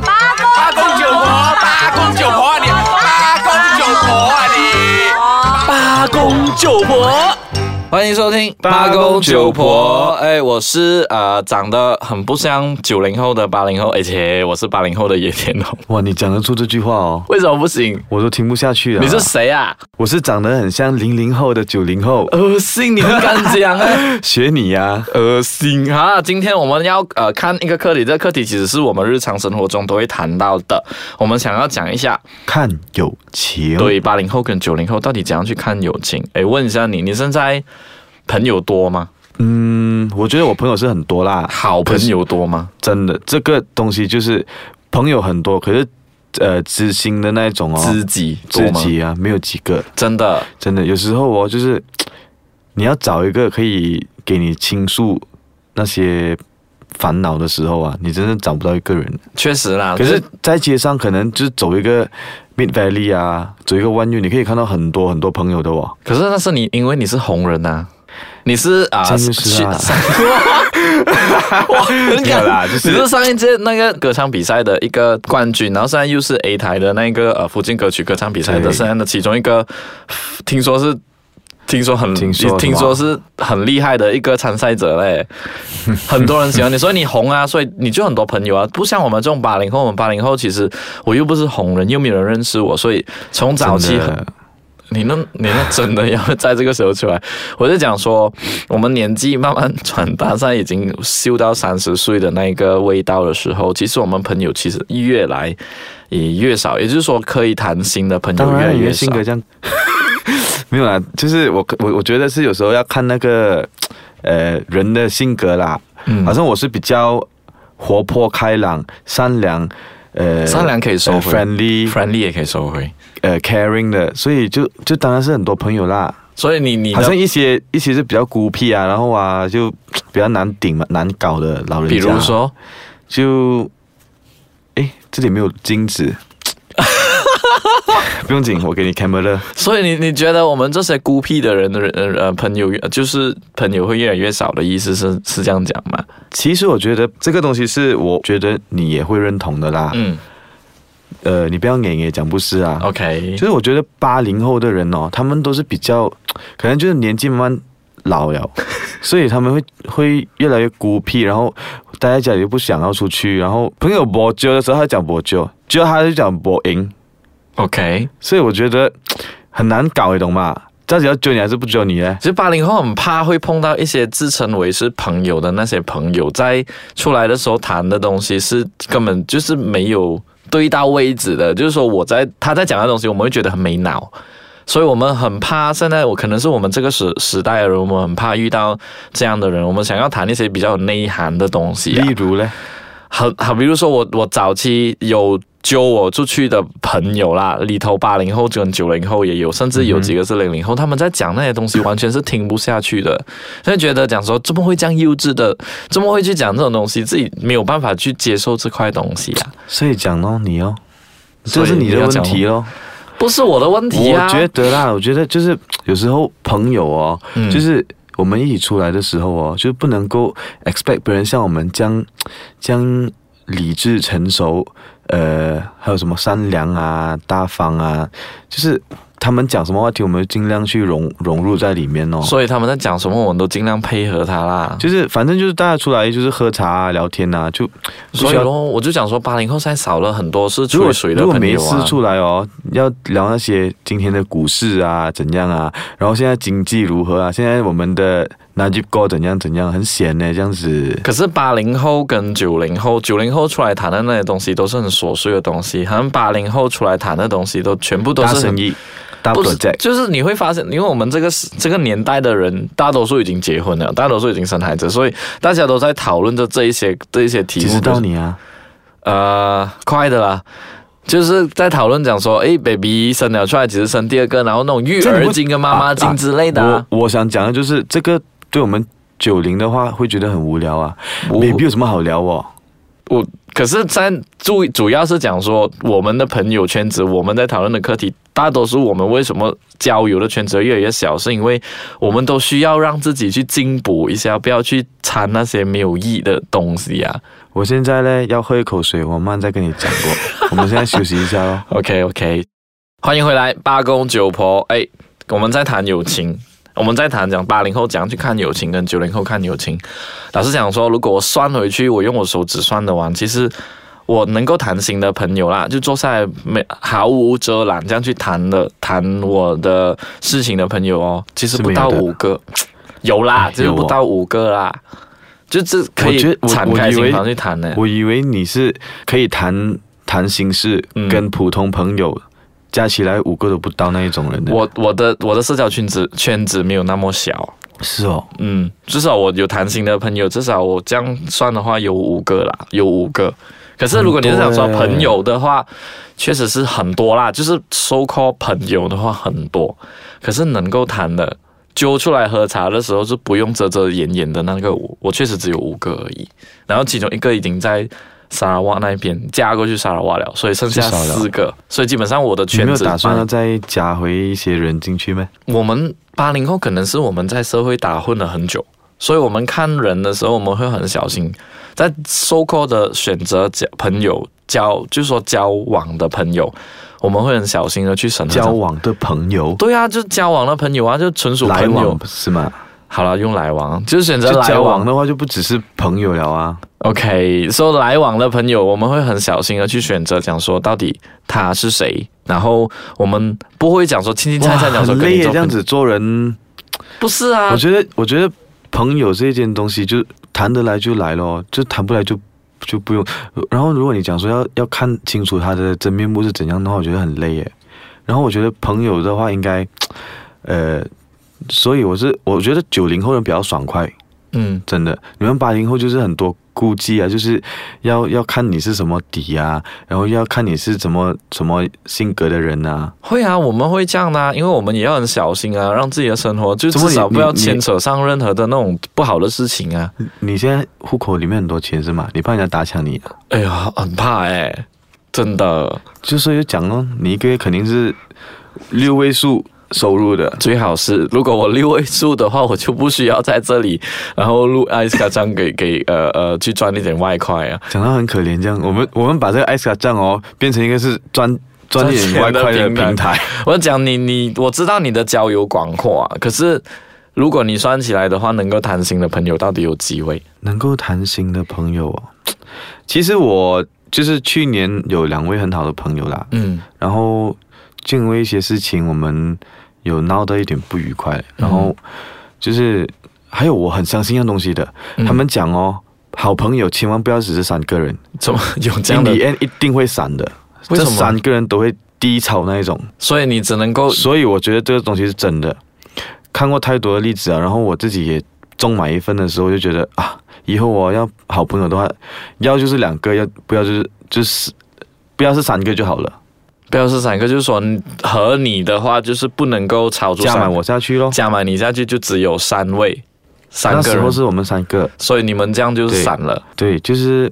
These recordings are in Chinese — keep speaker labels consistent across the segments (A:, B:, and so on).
A: 八公九婆，八公九婆啊你，八公九婆啊你，
B: 八公九婆。
C: 欢迎收听
B: 八公九婆
C: 哎，我是呃长得很不像九零后的八零后，而且我是八零后的野田龙。
B: 哇，你讲得出这句话哦，
C: 为什么不行？
B: 我都听不下去了。
C: 你是谁啊？
B: 我是长得很像零零后的九零后，呃
C: 恶心！你不敢讲哎，
B: 学你呀、
C: 恶心哈！今天我们要呃看一个课题，这个课题其实是我们日常生活中都会谈到的。我们想要讲一下，
B: 看友情。，
C: 对八零后跟九零后到底怎样去看友情？哎，问一下你，你现在朋友多吗？
B: 嗯，我觉得我朋友是很多啦，
C: 好朋友多吗？
B: 真的，这个东西就是朋友很多，可是呃，知心的那一种哦，
C: 知己多
B: 知
C: 吗？
B: 己啊，没有几个，
C: 真的
B: 真的，有时候哦，就是你要找一个可以给你倾诉那些烦恼的时候啊，你真的找不到一个人。
C: 确实啦，
B: 啊可是，在街上可能就是走一个 Mid Valley 啊，走一个弯运，你可以看到很多很多朋友的哦。
C: 可是那是你，因为你是红人呐、啊你是啊，
B: 真的是啊
C: 上哇，很
B: 没有啦就 是
C: 你是上一届那个歌唱比赛的一个冠军，然后现在又是 A 台的那个呃福建歌曲歌唱比赛的
B: 对
C: 现在的其中一个，听说是。听说很
B: 听说什么
C: 听说是很厉害的一个参赛者 嘞，很多人喜欢你，所以你红啊，所以你就很多朋友啊，不像我们这种八零后，我们八零后其实我又不是红人，又没有人认识我，所以从早期
B: 真
C: 很
B: 的
C: 你那，你那真的要在这个时候出来？我就讲说，我们年纪慢慢转大，现在已经嗅到三十岁的那个味道的时候，其实我们朋友其实越来也越少，也就是说，可以谈心的朋友
B: 当
C: 越来
B: 然，你
C: 越
B: 的
C: 少
B: 性。格这样 没有啦，就是我我我觉得是有时候要看那个呃人的性格啦。
C: 嗯
B: 好像我是比较活泼开朗、善良，呃，
C: 善良可以收
B: 呃
C: 回、
B: friendly，
C: friendly 也可以收回。
B: 呃，caring 的，所以就就当然是很多朋友啦。
C: 所以你你
B: 好
C: 的
B: 像，一些一些是比较孤僻啊，然后啊就比较难顶嘛、难搞的老人家。
C: 比如说，
B: 就，哎，这里没有金子， 不用紧，我给你 camera。
C: 所以你你觉得我们这些孤僻的人的人呃呃朋友越就是朋友会越来越少的意思是是这样讲吗？
B: 其实我觉得这个东西是我觉得你也会认同的啦。
C: 嗯
B: 呃，你不要也也讲不是啊。
C: ，OK，
B: 就是我觉得八零后的人哦，他们都是比较，可能就是年纪慢慢 老了，所以他们会会越来越孤僻，然后待在家里又不想要出去，然后朋友博酒的时候他讲博酒，就他就讲博赢，
C: OK。
B: 所以我觉得很难搞，你懂吗？到底要揪你还是不揪你呢？
C: 其实八零后很怕会碰到一些自称为是朋友的那些朋友，在出来的时候谈的东西是根本就是没有对到位置的，就是说我在他在讲的东西，我们会觉得很没脑。所以我们很怕，现在我可能是我们这个时时代的人，我们很怕遇到这样的人。我们想要谈一些比较有内涵的东西、啊，
B: 例如呢？
C: 很好，比如说我我早期有揪我出去的朋友啦，里头八零后跟九零后也有，甚至有几个是零零后，他们在讲那些东西完全是听不下去的，就觉得讲说怎么会这样幼稚的，怎么会去讲这种东西，自己没有办法去接受这块东西啊，
B: 所以讲咯，你哦，
C: 所
B: 这
C: 以
B: 是你的
C: 你要
B: 问
C: 讲
B: 题 咯。
C: 不是我的问题
B: 我
C: 啊。
B: 觉得啦，我觉得就是有时候朋友哦，
C: 嗯
B: 就是我们一起出来的时候哦，就不能够 expect 别人像我们这样这样理智成熟，呃，还有什么善良啊、大方啊，就是他们讲什么话题，我们就尽量去融融入在里面哦。
C: 嗯所以他们在讲什么，我们都尽量配合他啦。
B: 就是反正就是大家出来就是喝茶啊、聊天啊，就不需
C: 所以
B: 要
C: 咯，我就讲说，八零后现在少了很多是
B: 如
C: 吹
B: 果
C: 水的
B: 如果
C: 朋
B: 没
C: 友
B: 事
C: 啊。
B: 出来哦，要聊那些今天的股市啊怎样啊，然后现在经济如何啊，现在我们的 Najib 哥怎样怎样，很闲呢这样子。
C: 可是八零后跟九零后，九零后出来谈的那些东西都是很琐碎的东西，好像八零后出来谈的东西都全部都
B: 大
C: 是很
B: 生意，大
C: 不是，
B: project，
C: 就是你会发现，因为我们这个时这个年代的人，大多数已经结婚了，大多数已经生孩子，所以大家都在讨论着这一些这一些题
B: 其
C: 目
B: 实，到你啊，
C: 呃，快的啦。就是在讨论讲说，诶 b a b y 生了出来，只是生第二个，然后那种育
B: 这
C: 儿
B: 你不
C: 经跟妈妈经之类的、啊
B: 我我想讲的就是这个，对我们九零的话会觉得很无聊啊
C: 我
B: ，baby 有什么好聊哦？
C: 我可是在主主要是讲说我们的朋友圈子，我们在讨论的课题，大多数我们为什么交友的圈子越来越小，是因为我们都需要让自己去进补一下，不要去掺那些没有意义的东西啊。
B: 我现在呢要喝一口水，我慢再跟你讲 过。我们现在休息一下咯。
C: OK OK，欢迎回来，八公九婆。哎，我们在谈友情，我们在谈讲八零后怎样去看友情，跟九零后看友情。老实讲说，如果我算回去，我用我手指算的完，其实我能够谈心的朋友啦，就坐下来没毫无遮拦这样去谈的谈我的事情的朋友哦，其实
B: 是
C: 不
B: 没有
C: 到
B: 的
C: 五个，有啦，
B: 哎
C: 就是
B: 有哦
C: 不到五个啦。就这可以
B: 我觉得我
C: 敞
B: 我
C: 开
B: 以
C: 心
B: 为
C: 房去谈呢，
B: 我以为你是可以谈谈心事，
C: 嗯
B: 跟普通朋友加起来五个都不到那一种人的。
C: 我我的我的社交圈子圈子没有那么小，
B: 是哦，
C: 嗯，至少我有谈心的朋友，至少我这样算的话有五个啦，有五个。可是如果你是想说
B: 很多欸
C: 朋友的话，确实是很多啦，就是 so call 朋友的话很多，可是能够谈的，揪出来喝茶的时候是不用遮遮掩掩的那个我，我确实只有五个而已。然后其中一个已经在沙拉瓦那边嫁过去沙拉瓦了，所以剩下
B: 去沙拉瓦
C: 四个，所以基本上我的
B: 你
C: 圈
B: 没有
C: 子
B: 打算要再加回一些人进去吗？
C: 我们八零后可能是我们在社会打混了很久，所以我们看人的时候，我们会很小心，在收购的选择交朋友交，就是说交往的朋友，我们会很小心的去审核。
B: 交往的朋友，
C: 对啊，就是交往的朋友啊，就纯属
B: 来
C: 朋友
B: 往。是吗？
C: 好了，用来往，就是选择
B: 就
C: 来
B: 交往
C: 往。
B: 的话，就不只是朋友了啊。
C: OK，说、来往的朋友，我们会很小心的去选择，讲说到底他是谁，然后我们不会讲说轻轻
B: 哇
C: 菜菜讲说
B: 很
C: 跟
B: 累
C: 你
B: 耶，
C: 做
B: 这样
C: 朋友，
B: 子做人。
C: 不是啊，
B: 我觉得，我觉得朋友这件东西，就谈得来就来咯，就谈不来就就不用。然后，如果你讲说要要看清楚他的真面目是怎样的话，我觉得很累耶。然后，我觉得朋友的话，应该，呃，所以我是我觉得九零后人比较爽快，
C: 嗯。
B: 真的，你们八零后就是很多顾忌啊，就是要要看你是什么底啊，然后要看你是怎么什么性格的人啊。
C: 会啊，我们会这样的、啊，因为我们也要很小心啊，让自己的生活就
B: 怎么
C: 至
B: 你
C: 少不要
B: 你
C: 牵扯上任何的那种不好的事情啊。
B: 你现在户口里面很多钱是吗？你怕人家打抢你、啊，
C: 哎呀，很怕哎、真的，
B: 就所以就讲咯，你一个月肯定是六位数收入的。
C: 最好是如果我六位数的话，我就不需要在这里，然后录艾斯卡章给给呃呃去赚一点外快啊。
B: 讲到很可怜这样，我们我们把这个艾斯卡账哦变成一个是赚赚一点外快的
C: 赚钱的
B: 平
C: 平
B: 台，
C: 我讲你你，我知道你的交友广阔啊，可是如果你算起来的话，能够谈心的朋友到底有几位？
B: 能够谈心的朋友哦。其实我就是去年有两位很好的朋友啦，
C: 嗯
B: 然后就因为一些事情，我们有闹得一点不愉快，然后就是还有我很相信一样东西的，
C: 嗯
B: 他们讲哦，好朋友千万不要只是三个人，
C: 怎么有这样
B: 经
C: 的
B: 理？N 一定会散的，
C: 为
B: 这
C: 什么
B: 三个人都会低潮那一种，
C: 所以你只能够
B: 所以我觉得这个东西是真的，看过太多的例子啊，然后我自己也中买一份的时候就觉得啊，以后我要好朋友的话，要就是两个，要不要就是就是不要是三个就好了，
C: 标示三个，就是说你和你的话，就是不能够超出
B: 加
C: 三
B: 满我下去咯。
C: 加满你下去就只有三位，三
B: 那
C: 个
B: 时候
C: 人，
B: 是我们三个，
C: 所以你们这样就是散了。
B: 对，就是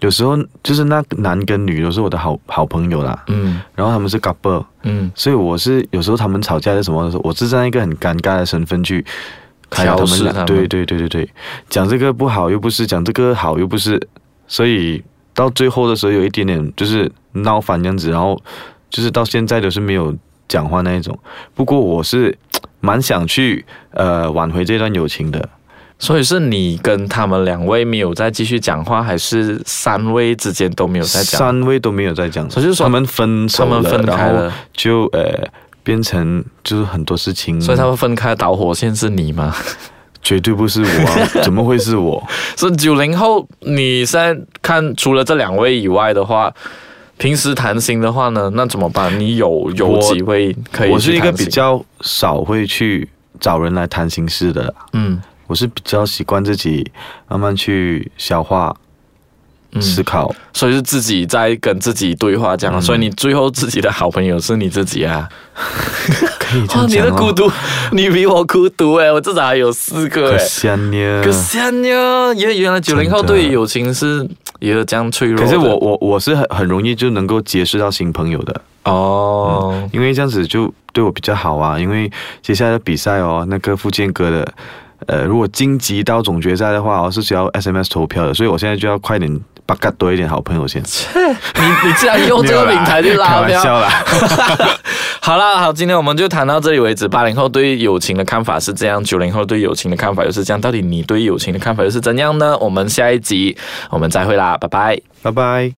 B: 有时候就是那男跟女都是我的好好朋友啦，
C: 嗯
B: 然后他们是 couple，
C: 嗯，
B: 所以我是有时候他们吵架是什么的时候，我是站在一个很尴尬的身份去开导
C: 调
B: 他
C: 试
B: 们俩，
C: 他们
B: 对对对对对，讲这个不好又不是，讲这个好又不是，所以到最后的时候有一点点就是闹翻这样子，然后就是到现在都是没有讲话那一种。不过我是蛮想去呃挽回这段友情的，
C: 所以是你跟他们两位没有再继续讲话，还是三位之间都没有再讲？
B: 三位都没有在讲，
C: 所以就是说
B: 他们分手
C: 他们分开
B: 然后
C: 了，
B: 就呃变成就是很多事情，
C: 所以他们分开的导火线是你吗？
B: 绝对不是我、啊，怎么会是我？
C: 所以九零后，你现在看除了这两位以外的话。平时谈心的话呢，那怎么办？你有有
B: 我
C: 几位可以
B: 我是
C: 去
B: 一个
C: 谈
B: 比
C: 心
B: 较少会去找人来谈心事的啦，
C: 嗯
B: 我是比较习惯自己慢慢去消化、
C: 嗯
B: 思考。
C: 所以是自己在跟自己对话
B: 嗯
C: 这样，所以你最后自己的好朋友是你自己啊。
B: 可以这
C: 哦
B: 样，
C: 你
B: 讲
C: 的
B: 哦
C: 孤独， 你比我孤独哎、我至少还有四个
B: 可
C: 哎、
B: 惜啊你啊
C: 可惜啊你啊，因为原来九零后
B: 真的
C: 对于友情是也有这样脆弱的。
B: 可是我我我是很很容易就能够结识到新朋友的，
C: 哦，
B: 因为这样子就对我比较好啊。因为接下来的比赛哦，那个福建哥的呃，如果晋级到总决赛的话，哦我是需要 SMS 投票的，所以我现在就要快点把嘎多一点好朋友先。哦
C: 你你竟然用这个平台去拉
B: 没有啦开玩笑
C: 票？
B: 啦。
C: 好啦，好，今天我们就谈到这里为止。八零后对友情的看法是这样，九零后对友情的看法又是这样，到底你对友情的看法又是怎样呢？我们下一集我们再会啦，拜拜。
B: 拜拜。